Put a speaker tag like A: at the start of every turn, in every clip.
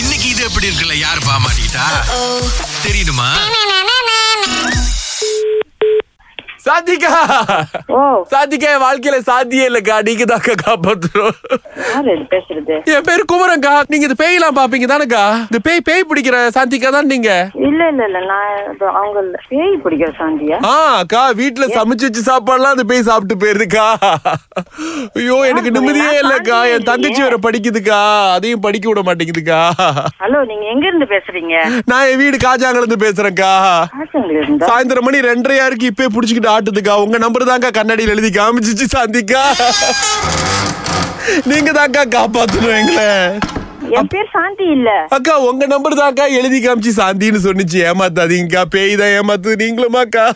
A: இன்னைக்கு இது எப்படி இருக்குல்ல யார் பாமாட்டா தெரியுமா
B: சாத்திகா
C: ஓ
B: சாத்திகா என் வாழ்க்கையில சாத்தியே இல்லக்கா நீங்க தாக்கா காப்பாத்துறோம்
C: யார் இது பேசுறது
B: என் பேரு குமரன்க்கா நீங்க இந்த பேயெல்லாம் பாப்பீங்க தானக்கா இந்த பேய் பேய் பிடிக்கிற சாந்திக்கா தான் நீங்க
C: இல்ல இல்ல இல்ல நான் இது அவங்க இல்ல. பேய் பிடிக்கிற சாந்தியா
B: ஆ அக்கா வீட்டுல சமைச்சு வச்சு சாப்பாடுலாம் அந்த பேய் சாப்பிட்டு போயிருதுக்கா ஐயோ எனக்கு நிம்மதியே இல்லக்கா என் தங்கச்சி வேற படிக்குதுக்கா அதையும் படிக்க விட மாட்டேங்குதுக்கா
C: ஹலோ நீங்க எங்க இருந்து பேசுறீங்க
B: நான் என் வீடு காஜாங்கல இருந்து பேசுறேன்க்கா
C: காசங்கில இருந்தா
B: சாயந்தரம் மணி ரெண்டரையா இருக்கு இப்பயே புடிச்சுக்கிட்டு ஆட்டுதுக்கா உங்க நம்பர் தான்க்கா கண்ணாடியில் எழுதி காமிச்சிச்சு சாந்திக்கா நீங்க தான்க்கா காப்பாத்தணும் எங்களை
C: என் பேர் சாந்தி இல்ல
B: அக்கா உங்க நம்பர் தான்க்கா எழுதி காமிச்சு சாந்தின்னு சொன்னிச்சு ஏமாத்தாதீங்கக்கா பேய் தான் ஏமாத்து நீங்களுமாக்கா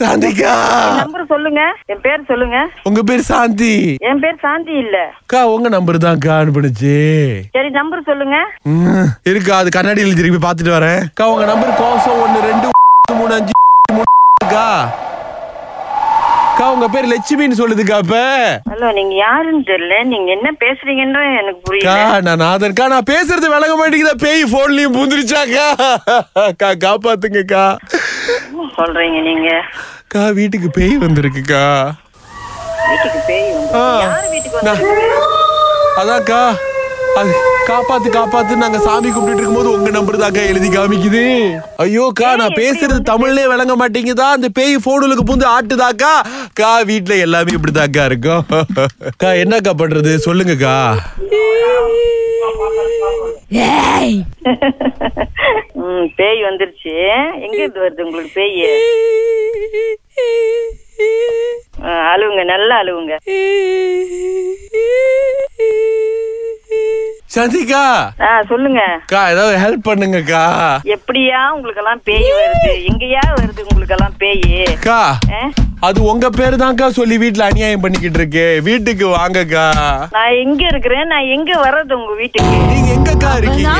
B: சாந்திக்கா
C: நம்பர் சொல்லுங்க என் பேர் சொல்லுங்க
B: உங்க பேர் சாந்தி
C: என் பேர் சாந்தி இல்ல
B: அக்கா உங்க நம்பர் தான்க்கா அனுப்புனுச்சு
C: சரி நம்பர் சொல்லுங்க
B: ம், இருக்கா அது கண்ணாடி எழுதி திருப்பி பார்த்துட்டு வரேன் அக்கா உங்க நம்பர் கோசம் ஒன்னு ரெண்டு மூணு அஞ்சு மூணு அக்கா அக்கா உங்க பேர் லட்சுமின்னு சொல்லுதுக்கா இப்ப
C: ஹலோ நீங்க யாருன்னு தெரியல நீங்க என்ன பேசுறீங்கன்ற எனக்கு
B: அக்கா
C: புரியல
B: நான் நாதன்க்கா நான் பேசுறது விளங்க மாட்டேங்குதா பேய் போன்லயும் பூந்துருச்சாக்கா அக்கா காப்பாத்துங்கக்கா
C: என்ன சொல்றீங்க நீங்க
B: அக்கா வீட்டுக்கு பேய் வந்திருக்குக்கா
C: வீட்டுக்கு பேய் வந்து
B: ஆ,
C: யார் வீட்டுக்கு வந்து
B: நான்- அதான்க்கா அது காப்பாத்து காப்பாத்து நாங்க சாமி கும்பிட்டு இருக்கும்போது உங்க நம்பர் தாக்கா எழுதி காமிக்குது ஐயோக்கா நான் பேசுறது தமிழ்லயே விளங்க மாட்டேங்குதா அந்த பேய் போனுக்கு பூந்து ஆட்டுதாக்கா அக்கா வீட்டுல எல்லாமே இப்படிதாக்கா இருக்கும் அக்கா என்னக்கா பண்றது சொல்லுங்கக்கா
C: ம் பேய் வந்துருச்சு எங்க இருந்து வருது உங்களுக்கு பேய் ஆ, அழுவுங்க நல்லா அழுவுங்க
B: சந்திக்கா
C: ஆ சொல்லுங்க
B: அக்கா ஏதாவது ஹெல்ப் பண்ணுங்கக்கா
C: எப்படியா உங்களுக்கு எல்லாம் பேய் வருது எங்கயா வருது உங்களுக்கு எல்லாம் பேய்
B: அக்கா
C: ஆ?
B: அது உங்க பேரு தான்க்கா சொல்லி வீட்டுல அநியாயம் பண்ணிக்கிட்டு இருக்கு வீட்டுக்கு வாங்கக்கா
C: நான் எங்க இருக்கிறேன் நான் எங்க வர்றது உங்க வீட்டுக்கு
B: நீங்க எங்கக்கா இருக்கீங்க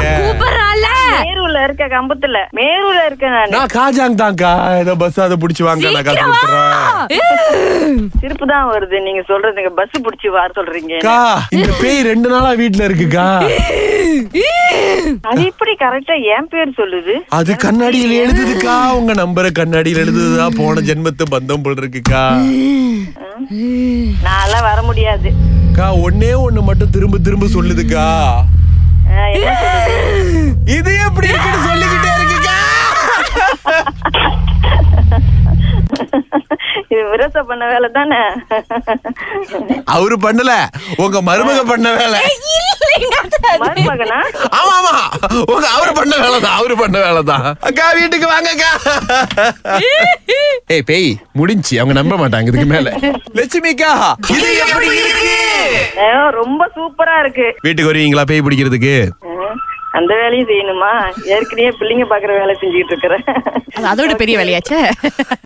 C: மேரூர்ல இருக்க கம்பத்துல மேரூர்ல இருக்கேன் நான்
B: நான் காஜாங் தான்க்கா ஏதோ பஸ் அதை புடிச்சு வாங்க நான் காசு கொடுத்துறேன்
C: திருப்பு தான் வருது நீங்க சொல்றதுங்க பஸ் புடிச்சு வர சொல்றீங்க
B: அக்கா இந்த பேய் ரெண்டு நாளா வீட்டுல இருக்குக்கா
C: அது எப்படி கரெக்டா என் பேர் சொல்லுது
B: அது கண்ணாடியில் எழுதுதுக்கா உங்க நம்பரை கண்ணாடியில் எழுதுதா போன ஜென்மத்து பந்தம் போல் இருக்குக்கா
C: நான் எல்லாம் வர முடியாது
B: அக்கா ஒன்னே ஒண்ணு மட்டும் திரும்ப திரும்ப சொல்லுதுக்கா
C: ஆ, என்ன சொல்றது?
B: இது எப்படி இருக்குன்னு சொல்லிக்கிட்டே இருக்குக்கா
C: இது விரச பண்ண வேலை தானே
B: அவரு பண்ணல உங்க மருமக பண்ண வேலை
C: மருமகனா
B: ஆமா ஆமா உங்க அவரு பண்ண வேலை தான் அவரு பண்ண வேலை தான் அக்கா வீட்டுக்கு வாங்கக்கா ஏய் பேய் முடிஞ்சு அவங்க நம்ப மாட்டாங்க இதுக்கு மேல லட்சுமிக்கா இது எப்படி இருக்கு
C: ஆ, ரொம்ப சூப்பரா இருக்கு
B: வீட்டுக்கு வருவீங்களா பேய் பிடிக்கிறதுக்கு
C: ஆ, அந்த வேலையும் செய்யணுமா ஏற்கனவே பிள்ளைங்க பாக்குற வேலை செஞ்சுட்டு இருக்கிறேன்
D: அது அதோட பெரிய வேலையாச்சே